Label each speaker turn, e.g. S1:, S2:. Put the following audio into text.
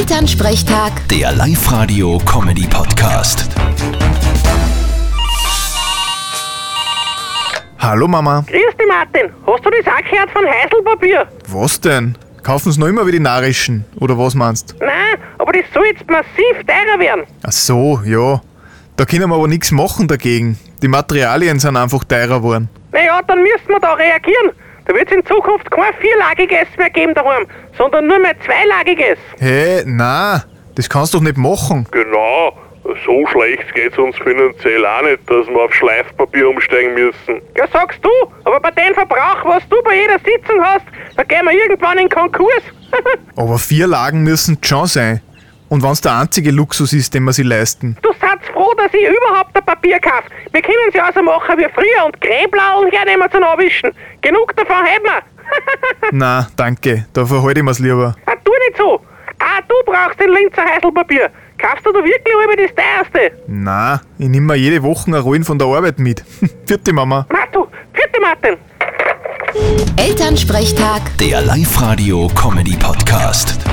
S1: Elternsprechtag,
S2: Der Live-Radio-Comedy-Podcast.
S3: Hallo Mama,
S4: Grüß dich, Martin. Hast du das auch gehört von Heiselpapier?
S3: was denn? Kaufen sie noch immer wie die Narischen? Oder was meinst du?
S4: Nein, aber das soll jetzt massiv teurer werden.
S3: Ach so, ja. Da können wir aber nichts machen dagegen. Die Materialien sind einfach teurer geworden.
S4: Naja, dann müssen wir da reagieren. Da wird es in Zukunft kein vierlagiges mehr geben daheim, sondern nur mehr zweilagiges.
S3: Hä, hey, na, das kannst du doch nicht machen.
S5: Genau, so schlecht geht's uns finanziell auch nicht, dass wir auf Schleifpapier umsteigen müssen.
S4: Ja, sagst du, aber bei dem Verbrauch, was du bei jeder Sitzung hast, da gehen wir irgendwann in Konkurs.
S3: Aber vier Lagen müssen schon sein. Und wenn's der einzige Luxus ist, den wir sie leisten.
S4: du seid froh, dass ich überhaupt ein Papier kaufe. Wir können es ja also machen wie früher und Gräblauen hernehmen zum Abwischen. Genug davon hätten wir.
S3: Na, danke, da verhalte ich mir's lieber.
S4: Ah, tu nicht so! Ah, du brauchst den Linzer Heiselpapier! Kaufst du da wirklich über das teuerste?
S3: Na, ich nehme mir jede Woche eine Rollen von der Arbeit mit. Vierte Mama.
S4: Ma, du, vierte Martin!
S1: Elternsprechtag.
S2: Der Live-Radio-Comedy-Podcast.